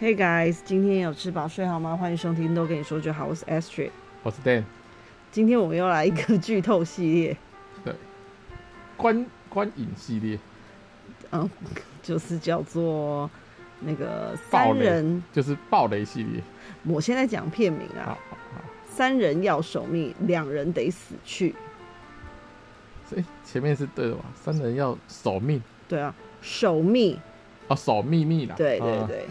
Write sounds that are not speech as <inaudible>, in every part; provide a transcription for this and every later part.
Hey guys，今天有吃饱睡好吗？欢迎收听都跟你说就好，我是 Astrid。我是 Dan。今天我们又来一个剧透系列， <laughs> 观观影系列嗯，就是叫做那个暴三雷人。就是暴雷系列，我现在讲片名好啊，好好。三人要守命，两人得死去。所以前面是对的吧？三人要守命对啊，守密，哦，守秘密啦。对对啊，对。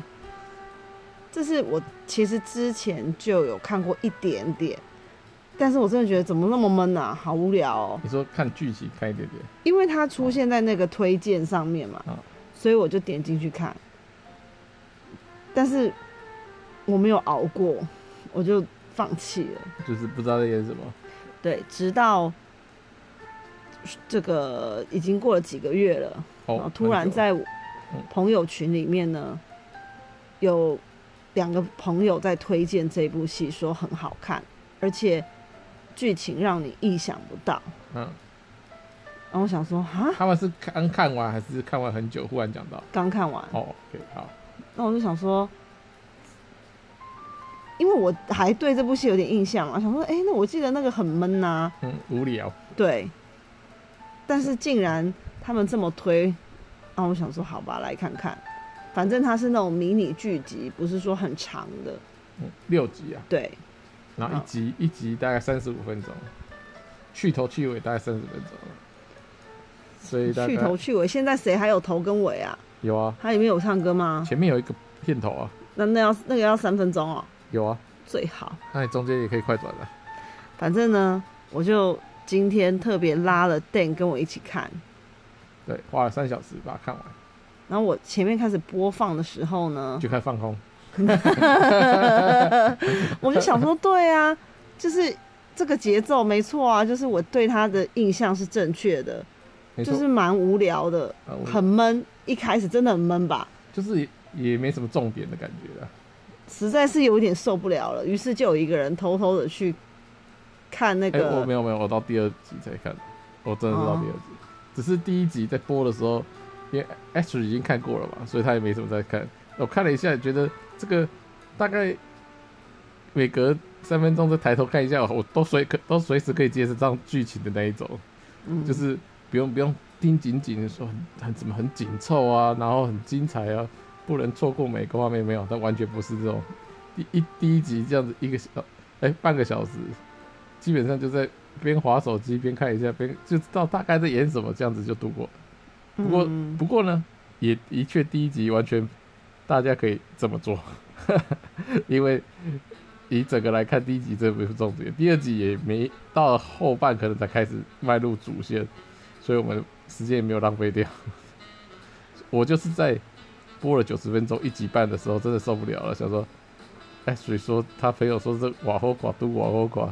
这是我其实之前就有看过一点点，但是我真的觉得怎么那么闷啊，好无聊哦。你说看剧情看一点点，因为它出现在那个推荐上面嘛，嗯所以我就点进去看，但是我没有熬过，我就放弃了。就是不知道在演什么。对，直到这个已经过了几个月了，然后哦，突然很久嗯在我朋友群里面呢，有两个朋友在推荐这部戏，说很好看，而且剧情让你意想不到。嗯，然后我想说，哈，他们是刚看完还是看完很久，忽然讲到。刚看完，哦，OK，好，那我就想说，因为我还对这部戏有点印象嘛，想说，哎、那我记得那个很闷呐、嗯，无聊，对。但是竟然他们这么推，然后我想说，好吧，来看看，反正它是那种迷你剧集，不是说很长的，嗯，六集啊，对然后一嗯集、一集大概三十五分钟，去头去尾大概三十分钟，所以大概去头去尾。现在谁还有头跟尾啊？有啊，它里面有唱歌吗？前面有一个片头啊，那那要那个要三分钟哦，有啊，最好。那你中间也可以快转啊。反正呢，我就今天特别拉了 Dan 跟我一起看，对，花了三小时把它看完，哦然后我前面开始播放的时候呢， <laughs> 就开始放空。我就想说，对啊，就是这个节奏没错啊，就是我对他的印象是正确的，没错就是蛮无聊的，啊我很闷，一开始真的很闷吧，就是也也没什么重点的感觉了。实在是有一点受不了了，于是就有一个人偷偷的去看那哎、我个没，有没有，我到第二集才看，我真的是到第二集，哦只是第一集在播的时候，因为 Ashley 已经看过了嘛，所以他也没什么在看。我看了一下，觉得这个大概每隔三分钟再抬头看一下，我都随可都随时可以接得上剧情的那一种，嗯就是不用不用盯紧紧的说很很怎么很紧凑啊，然后很精彩啊，不能错过每个画面没有，但完全不是这种第一第一集这样子一个小哎、半个小时，基本上就在边划手机边看一下边就知道大概在演什么，这样子就度过了。不过、嗯不过呢，也的确第一集完全大家可以这么做， <laughs> 因为以整个来看，第一集这不是重点，第二集也没到后半可能才开始迈入主线，所以我们时间也没有浪费掉。 <laughs> 我就是在播了九十分钟一集半的时候，真的受不了了，想说，哎，所以说他朋友说这瓦后寡都瓦后寡，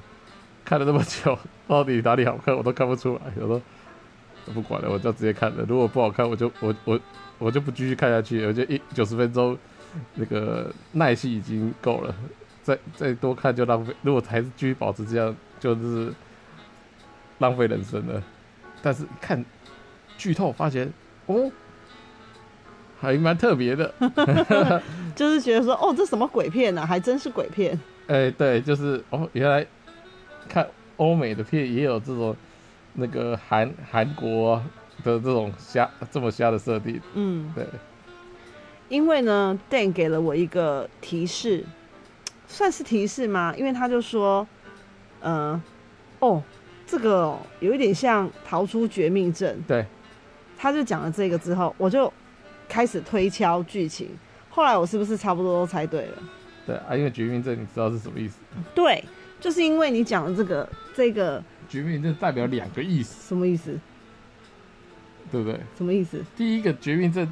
看了那么久，到底哪里好看我都看不出来，我说不管了，我就直接看了，如果不好看我就我我我就不继续看下去了，我就一九十分钟那个耐性已经够了，再再多看就浪费，如果还是继续保持这样，就是浪费人生了。但是看剧透发现，哦，还蛮特别的。 <laughs> 就是觉得说，哦，这什么鬼片呢、啊？还真是鬼片，哎、对，就是哦，原来看欧美的片也有这种那个韩韩国的这种瞎这么瞎的设定。嗯。对，因为呢，Dan 给了我一个提示，算是提示吗？因为他就说，呃，哦，这个哦有一点像逃出绝命镇。对，他就讲了这个之后，我就开始推敲剧情。后来我是不是差不多都猜对了？对啊，因为绝命镇你知道是什么意思？对，就是因为你讲了这个，这个绝命镇代表两个意思，什么意思？对不对？什么意思？第一个《绝命镇》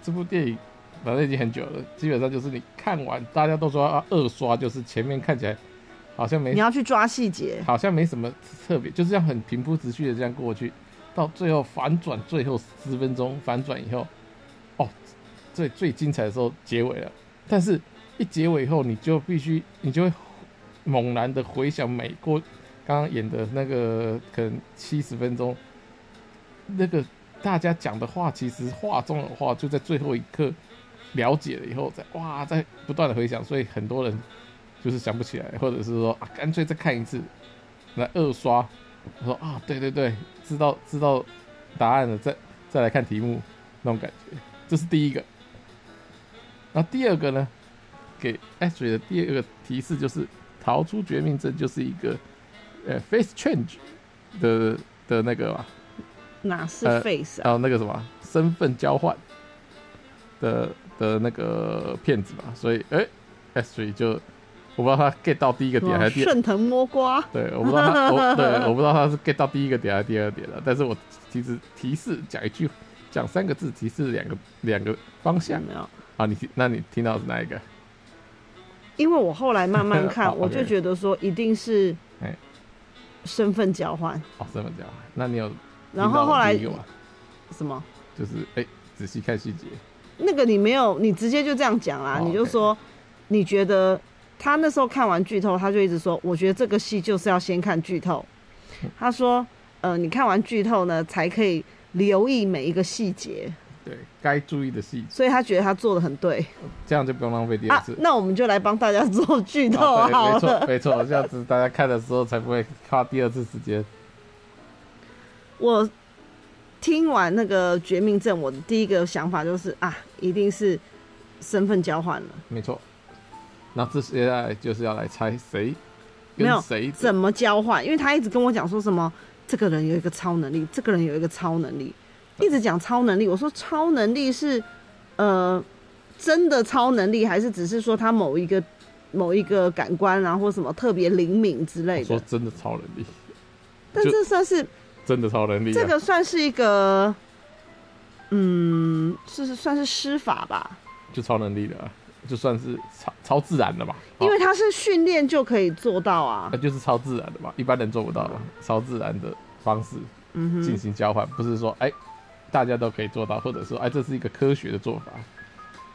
这部电影，反正已经很久了，基本上就是你看完，大家都说啊二刷，就是前面看起来好像没你要去抓细节。好像没什么特别，就是这样很平铺直叙的这样过去，到最后反转，最后十分钟反转以后，哦，最最精彩的时候结尾了。但是，一结尾以后，你就必须，你就会猛然的回想每过刚刚演的那个可能七十分钟，那个大家讲的话，其实话中有话，就在最后一刻了解了以后再哇，再不断的回想，所以很多人就是想不起来，或者是说啊，干脆再看一次，来二刷，说啊，对对对，知道知道答案了，再再来看题目那种感觉，这是第一个。然后第二个呢，给 Ashley 的第二个提示就是逃出绝命镇就是一个呃 face change 的的那个嘛，哪是呃 face 啊？还有那个什么身份交换的的那个骗子嘛，所以哎、s t r 就我不知道他 get 到第一个点还哇是第二，顺藤摸瓜，对，我不知道他，我 <laughs> 对，我不知道他是 get 到第一个点还是第二点了，啊但是我其实提示讲一句，讲三个字，提示两个两个方有向没有？啊，你听那你听到的是哪一个？因为我后来慢慢 <laughs> 好看，我就 OK 觉得说一定是哎身份交换，哦，身份交换，那你有然后后来听到第一个吗？什么就是哎、仔细看细节，那个你没有，你直接就这样讲啦，哦你就 OK 说你觉得他那时候看完剧透，他就一直说，我觉得这个戏就是要先看剧透。嗯他说，呃，你看完剧透呢，才可以留意每一个细节，对该注意的细节，所以他觉得他做的很对这样就不用浪费第二啊次。。那我们就来帮大家做剧透哦对啊好没错了。没错，这样子大家看的时候才不会花第二次时间。我听完那个《绝命镇》，我的第一个想法就是啊，一定是身份交换了，没错，那这接下来就是要来猜谁没有跟谁的怎么交换？因为他一直跟我讲说什么，这个人有一个超能力，这个人有一个超能力，一直讲超能力。我说超能力是呃真的超能力，还是只是说他某一个某一个感官啊，或什么特别灵敏之类我哦说的？真的超能力，但就这算是真的超能力、啊。这个算是一个。嗯，是算是施法吧，就超能力的、啊，就算是超超自然的吧。因为好呃他是训练就可以做到啊那。就是超自然的吧，一般人做不到吧。超自然的方式嗯进哼，行交换，不是说哎大家都可以做到，或者说哎这是一个科学的做法，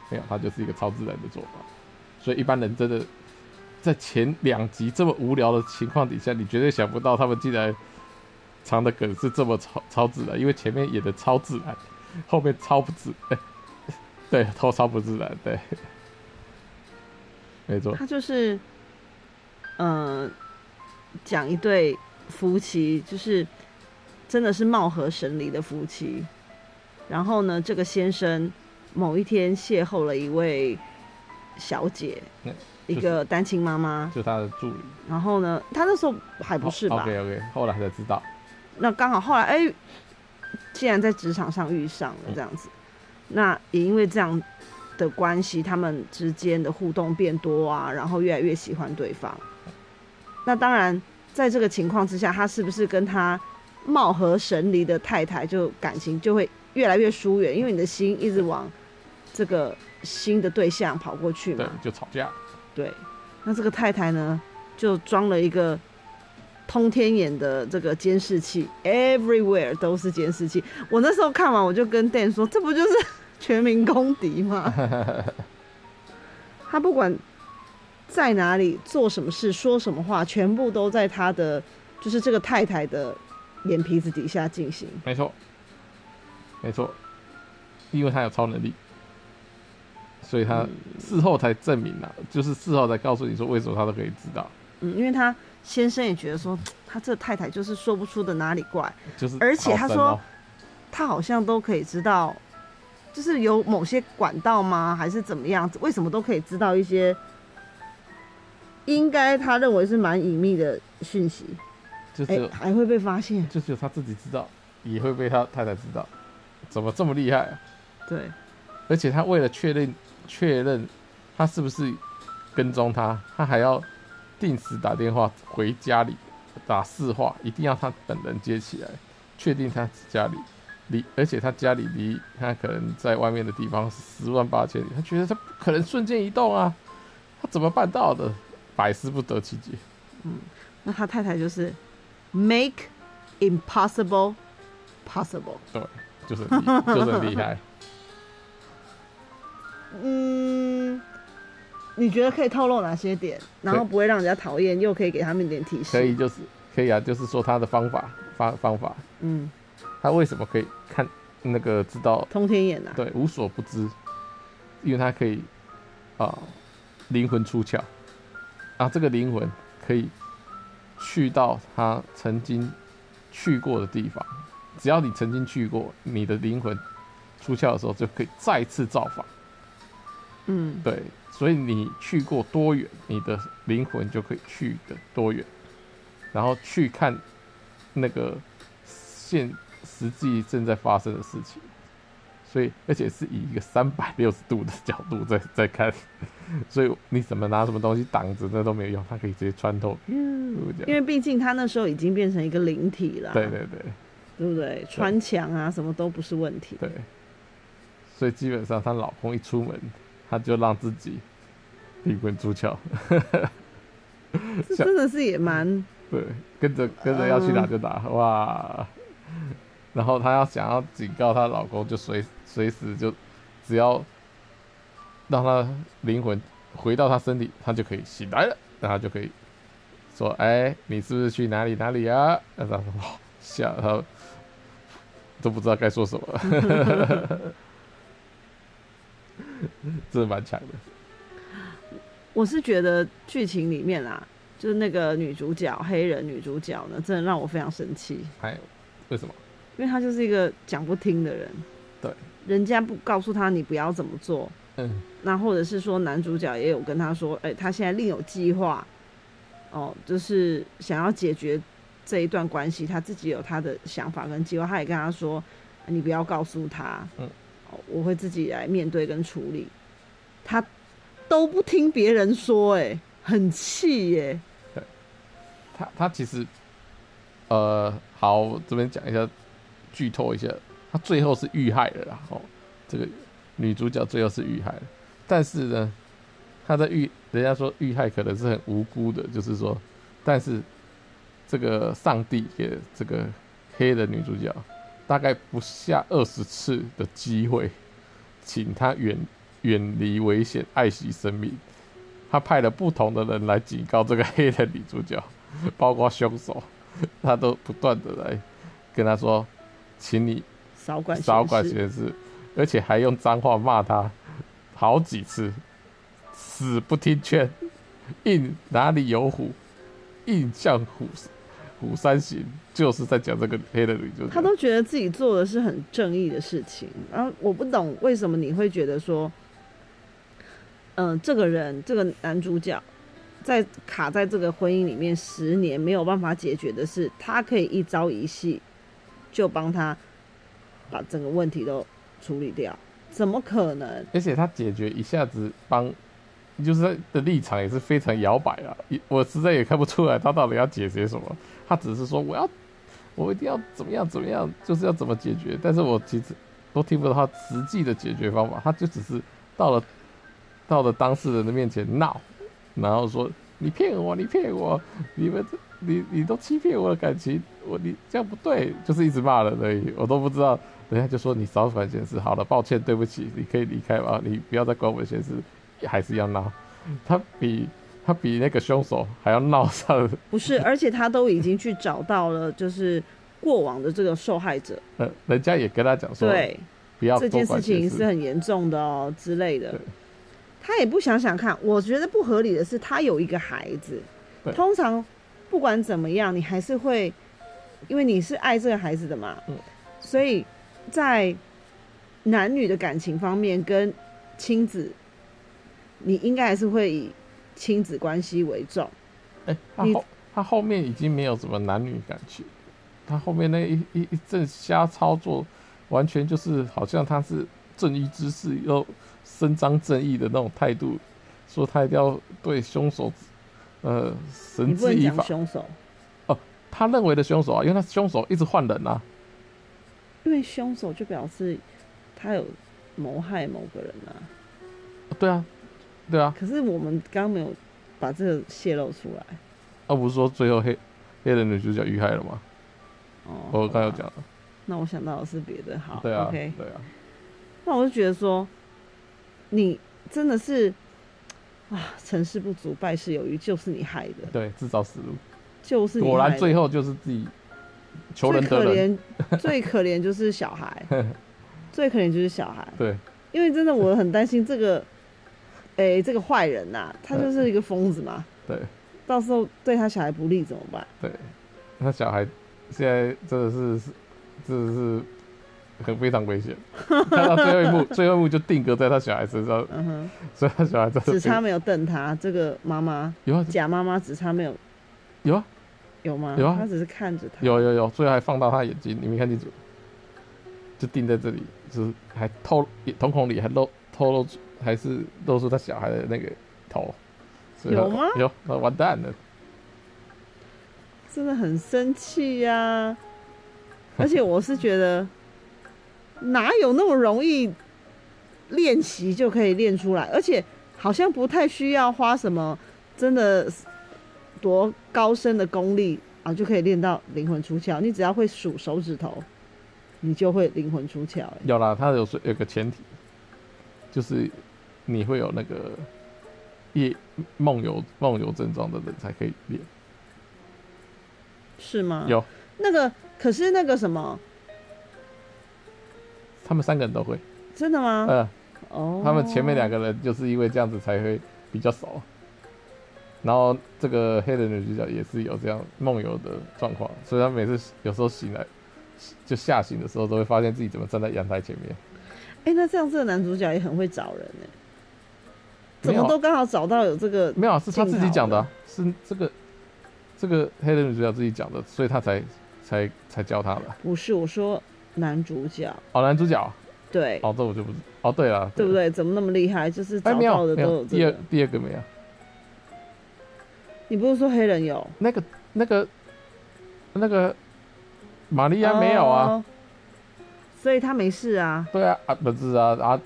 没有，它就是一个超自然的做法。所以一般人真的在前两集这么无聊的情况底下，你绝对想不到他们竟然藏的梗是这么超超自然，因为前面演的超自然，后面超不自， <laughs> 哎对，超超不自然，对，没错，他就是，嗯，讲一对夫妻，就是真的是貌合神离的夫妻。然后呢，这个先生某一天邂逅了一位小姐，嗯一就是个单亲妈妈。就他的助理，然后呢，他那时候还不是吧？ ？OK OK，后来哦才知道，那刚好后来哎、竟然在职场上遇上了这样子，那也因为这样的关系，他们之间的互动变多啊，然后越来越喜欢对方。那当然，在这个情况之下，他是不是跟他貌合神离的太太就感情就会越来越疏远？因为你的心一直往这个新的对象跑过去嘛对。，就吵架，对，那这个太太呢，就装了一个通天眼的这个监视器，everywhere 都是监视器。我那时候看完，我就跟 Dan 说，这不就是全民公敌吗？ <laughs> 他不管在哪里做什么事、说什么话，全部都在他的就是这个太太的眼皮子底下进行。没错，没错，因为他有超能力，所以他嗯事后才证明了、啊就是事后才告诉你说为什么他都可以知道，嗯，因为他先生也觉得说，他这太太就是说不出的哪里怪。就是而且他好神哦说他好像都可以知道，就是有某些管道吗，还是怎么样？为什么都可以知道一些应该他认为是蛮隐秘的讯息？就只哎、有、还会被发现。就只有他自己知道，也会被他太太知道，怎么这么厉害、啊？对，而且他为了确认确认他是不是跟踪他，他还要定时打电话回家里打市话，一定要他本人接起来，确定他家里离，而且他家里离他可能在外面的地方是十万八千里，他觉得他不可能瞬间移动啊，他怎么办到的？百思不得其解。那他太太就是 make impossible possible。就是很厉 <laughs> 就是很厉害，嗯，你觉得可以透露哪些点，然后可以不会让人家讨厌，又可以给他们一点提示？可以，就是可以啊，就是说他的方法方方法，嗯，他为什么可以看那个知道通天眼啊。对，无所不知。因为它可以啊灵、魂出窍啊，这个灵魂可以去到他曾经去过的地方，只要你曾经去过，你的灵魂出窍的时候就可以再次造访。嗯，对，所以你去过多远，你的灵魂就可以去的多远，然后去看那个现实际正在发生的事情。所以，而且是以一个三百六十度的角度在在看， <laughs> 所以你怎么拿什么东西挡着那都没有用，它可以直接穿透。嗯这因样为毕竟他那时候已经变成一个灵体了，对对对对不对？穿墙啊，什么都不是问题。对，所以基本上她老公一出门，她就让自己灵魂出窍，这像嗯真的是也蛮 <laughs> 对，跟着跟着要去打就打，哇！然后她要想要警告她老公，就随随时就只要让她灵魂回到她身体，她就可以醒来了，然后就可以说：“哎，你是不是去哪里哪里啊？”然后她说哇吓，然后都不知道该说什么了， <laughs> 真的蛮强的。我是觉得剧情里面啊，就是那个女主角黑人女主角呢，真的让我非常生气，哎，为什么？因为她就是一个讲不听的人。对，人家不告诉她你不要怎么做，嗯，那或者是说男主角也有跟她说，哎、他现在另有计划，哦，就是想要解决这一段关系，他自己有他的想法跟计划，他也跟她说，你不要告诉他，嗯哦，我会自己来面对跟处理。他都不听别人说、哎，很气哎耶、他他其实，呃，好，我这边讲一下，剧透一下，他最后是遇害了啦。哦，这个女主角最后是遇害了，但是呢，她在遇，人家说遇害可能是很无辜的，就是说，但是这个上帝给这个黑人女主角大概不下二十次的机会，请她远远离危险，爱惜生命。他派了不同的人来警告这个黑人女主角，包括凶手， <laughs> 他都不断的来跟他说，请你少管少管闲事闲事，而且还用脏话骂他好几次，死不听劝， <laughs> 硬哪里有虎，硬向虎虎山行，就是在讲这个黑人女主角。他都觉得自己做的是很正义的事情，然后我不懂为什么你会觉得说，嗯、这个人这个男主角在卡在这个婚姻里面十年没有办法解决的事，他可以一朝一夕就帮他把整个问题都处理掉，怎么可能？而且他解决一下子帮，就是他的立场也是非常摇摆啊。也我实在也看不出来他到底要解决什么，他只是说我要，我一定要怎么样怎么样，就是要怎么解决。但是我其实都听不到他实际的解决方法，他就只是到了到了当事人的面前闹，然后说你骗我，你骗我，你们这你你都欺骗我的感情，我你这样不对，就是一直骂人而已，我都不知道。人家就说你少管闲事，好了，抱歉，对不起，你可以离开啊吧，你不要再管我的闲事，还是要闹。嗯他比他比那个凶手还要闹上，不是，而且他都已经去找到了，就是过往的这个受害者，呃，人家也跟他讲说，对，不要这多件管事闲情是事。很严重的哦之类的对。他也不想想看，我觉得不合理的是，他有一个孩子对，通常不管怎么样，你还是会，因为你是爱这个孩子的嘛，嗯所以在男女的感情方面跟亲子，你应该还是会以亲子关系为重。哎、他你后他后面已经没有什么男女感情，他后面那一一一阵瞎操作，完全就是好像他是正义之士，又伸张正义的那种态度，说他一定要对凶手，呃，你绳不之能以讲法。凶手，他认为的凶手啊，因为他凶手一直换人啊，因为凶手就表示他有谋害某个人啊。对啊，对啊，可是我们刚刚没有把这个泄露出来。那、啊不是说最后黑黑人女主角遇害了吗？哦，我刚才有好吧。讲了，那我想到的是别的，好，对啊 o k 对啊，那我就觉得说，你真的是啊，成事不足，败事有余，就是你害的，对，自找死路。就是你果害然的最后就是自己求人最得可人， <laughs> 怜，最可怜就是小孩，最可怜就是小孩。对，因为真的我很担心这 <laughs> 个，诶、这个坏人呐、他就是一个疯子嘛，对到时候对他小孩不利怎么办？对，那小孩现在真的是是真的是很非 <laughs> 常危险，看到最后一幕，最后一幕就定格在他小孩身上，嗯哼，所以他小孩真的只差非没有瞪他，这个妈妈有啊假妈妈只差没有有啊有吗？有啊他只是看着他，有有有，最后还放到他眼睛，你没看清楚，就定在这里，就是还透瞳孔里还露透露出还是露出他小孩的那个头，所以他有吗有，那完蛋了，真的很生气呀、而且我是觉得，哪有那么容易练习就可以练出来？而且好像不太需要花什么真的多高深的功力啊，就可以练到灵魂出窍。你只要会数手指头，你就会灵魂出窍、欸。有啦，他有说有个前提，就是你会有那个夜梦游梦游症状的人才可以练，是吗？有那个，可是那个什么，他们三个人都会，真的吗？嗯、哦，他们前面两个人就是因为这样子才会比较熟。然后这个黑人女主角也是有这样梦游的状况，所以她每次有时候醒来，就吓醒的时候都会发现自己怎么站在阳台前面。哎、那这样这个男主角也很会找人哎、怎没有么啊都刚好找到有这个没有啊，是她自己讲的啊、幸是这个这个黑人女主角自己讲的，所以她才才才教她的。不是，我说男主角，哦，男主角啊对、哦，这我就不知哦，对了，对不？对？怎么那么厉害？就是哎，找没到有的没都有，有这第二个。第二个没有，你不是说黑人有？那个那个那个玛利亚没有啊。哦，所以他没事啊。对啊，啊不是啊啊，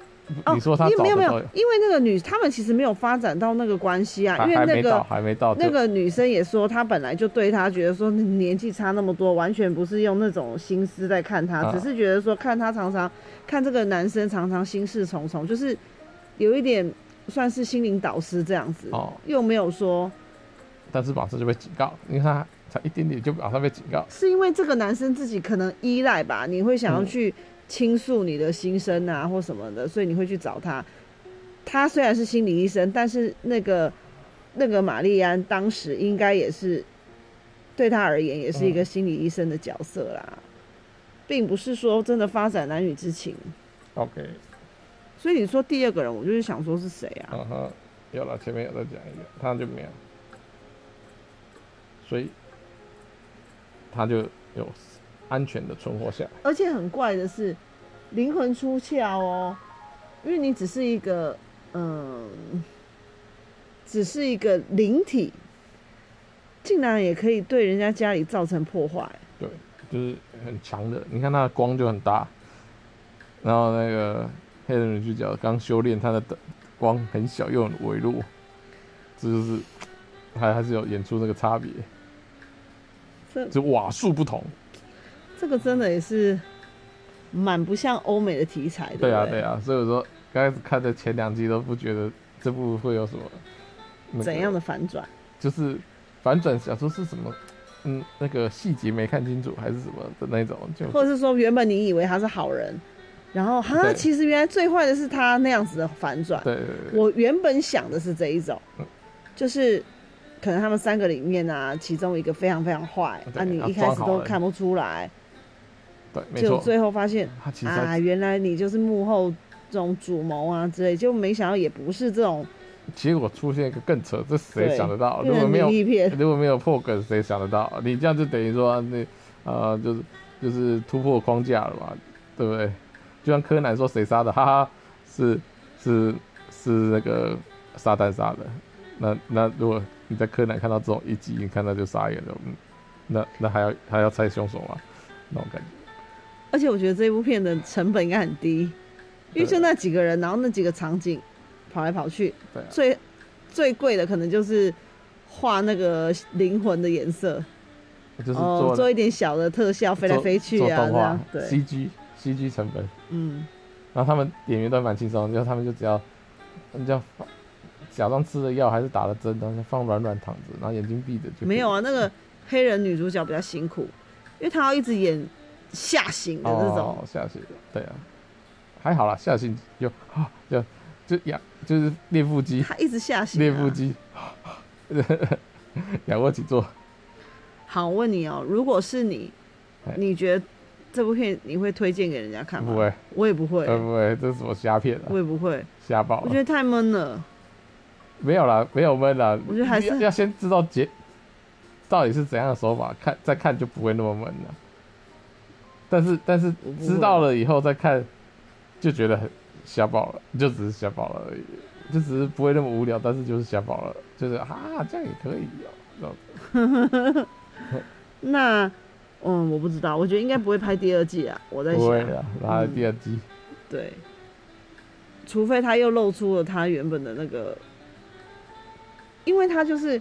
哦，你说他因为找没有的没时有候，因为那个女，他们其实没有发展到那个关系啊，还因为还那没到，个还没到，那就个女生也说，她本来就对他觉得说你年纪差那么多，完全不是用那种心思在看他，啊只是觉得说看他常常看这个男生常常心事重重，就是有一点算是心灵导师这样子，哦，又没有说但是马上就被警告，因为他才一点点就马上被警告，是因为这个男生自己可能依赖吧，你会想要嗯去倾诉你的心声啊或什么的，所以你会去找他。他虽然是心理医生，但是那个那个玛丽安当时应该也是对他而言也是一个心理医生的角色啦，并不是说真的发展男女之情。 OK，所以你说第二个人，我就是想说是谁啊？嗯哼，有了，前面有再讲一个，他就没有，所以他就有安全的存活下来。而且很怪的是，灵魂出窍哦，因为你只是一个，嗯，只是一个灵体，竟然也可以对人家家里造成破坏。对，就是很强的。你看它的光就很大，然后那个黑人女主角刚修炼，她的灯光很小又很微弱，这就是还还是有演出那个差别，这就瓦数不同。这个真的也是蛮不像欧美的题材的。对啊，不对啊，所以我说刚开始看的前两集都不觉得这部会有什么、那个怎样的反转？ <laughs> 就是反转，想说是什么。嗯，那个细节没看清楚还是什么的那种，就或者是说，原本你以为他是好人，然后哈，对其实原来最坏的是他那样子的反转。对对对对，我原本想的是这一种嗯，就是可能他们三个里面啊，其中一个非常非常坏，对啊，你啊一开始装好都人看不出来，对没就错，最后发现他其实啊，在原来你就是幕后这种主谋啊之类，就没想到也不是这种结果出现一个更扯，这谁对想得到？哦如变果成没有灵异片，如果没有破梗，谁想得到？你这样就等于说那呃，就是就是突破框架了嘛，对不对？就像柯南说谁杀的，哈哈，是是是那个撒旦杀的。那那如果你在柯南看到这种一集，你看到就傻眼了，嗯，那那还要还要猜凶手吗？那种感觉。而且我觉得这部片的成本应该很低，因为对就那几个人，然后那几个场景跑来跑去，对啊，最最贵的可能就是画那个灵魂的颜色，就是哦做，做一点小的特效，飞来飞去做啊，动这画样对， CG CG 成本。嗯。然后他们演员都蛮轻松，就他们就只要，他们就要放假装吃了药还是打了针，然后就放软软躺着，然后眼睛闭着就可以没有啊，那个黑人女主角比较辛苦，因为她要一直演吓醒的哦这种，下去的，对啊，还好啦，下性就啊就就仰就是练腹肌，他一直下行、啊。练腹肌， <laughs> 仰卧起坐，好，我问你哦，如果是你哎，你觉得这部片你会推荐给人家看吗？不会，呃我也不会，会不会这是什么虾片啊我？也不会，虾爆我了觉！得太闷了。没有啦，没有闷啦。我觉得还是要要先知道结到底是怎样的手法，看再看就不会那么闷了。但是但是我不会知道了以后再看，就觉得很瞎爆了，就只是瞎爆了而已，就只是不会那么无聊，但是就是瞎爆了，就是啊这样也可以哦、这样子那，嗯，我不知道，我觉得应该不会拍第二季啊。我在不会想，的。然后第二季，对，除非他又露出了他原本的那个，因为他就是，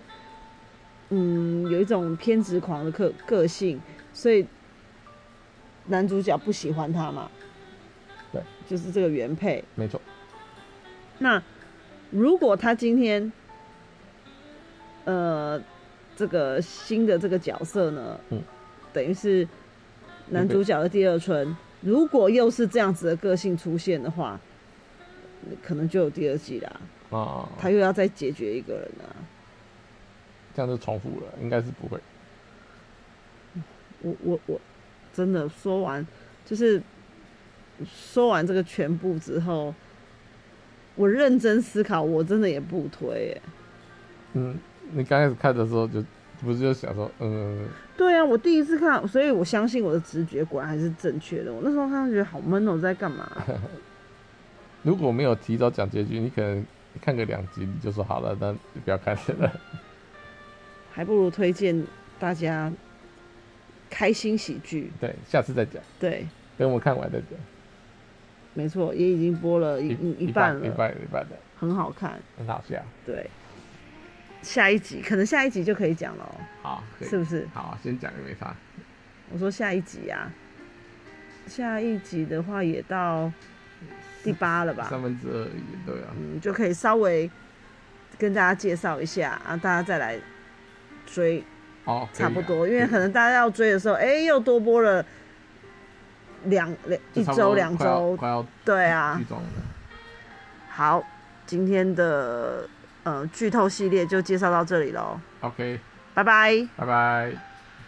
嗯，有一种偏执狂的个个性，所以男主角不喜欢他嘛。对，就是这个原配。没错，那如果他今天，呃，这个新的这个角色呢，嗯等于是男主角的第二春，如果又是这样子的个性出现的话，可能就有第二季啦。啊、他又要再解决一个人啊。这样就重复了，应该是不会。我我我，真的说完，就是说完这个全部之后，我认真思考，我真的也不推欸耶、嗯，你刚开始看的时候就不是就想说，嗯，对啊，我第一次看，所以我相信我的直觉果然还是正确的。我那时候看觉得好闷哦，在干 <laughs> 嘛？如果没有提早讲结局，你可能看个两集你就说好了，那就不要看了。 <laughs> 还不如推荐大家开心喜剧。对，下次再讲，对，等我们看完再讲。没错，也已经播了一一一半半一了，半一半的，很好看。很好笑。对，下一集可能下一集就可以讲了哦，好，可以是不是？好，先讲也没差。我说下一集啊，下一集的话也到第八了吧？三分之二也对啊。嗯，就可以稍微跟大家介绍一下啊，大家再来追哦，可以差啊不多，因为可可以能大家要追的时候，哎、又多播了两两就一差不周多两快要周，快要对啊剧。终了。好，今天的呃剧透系列就介绍到这里喽， OK，拜拜。拜拜。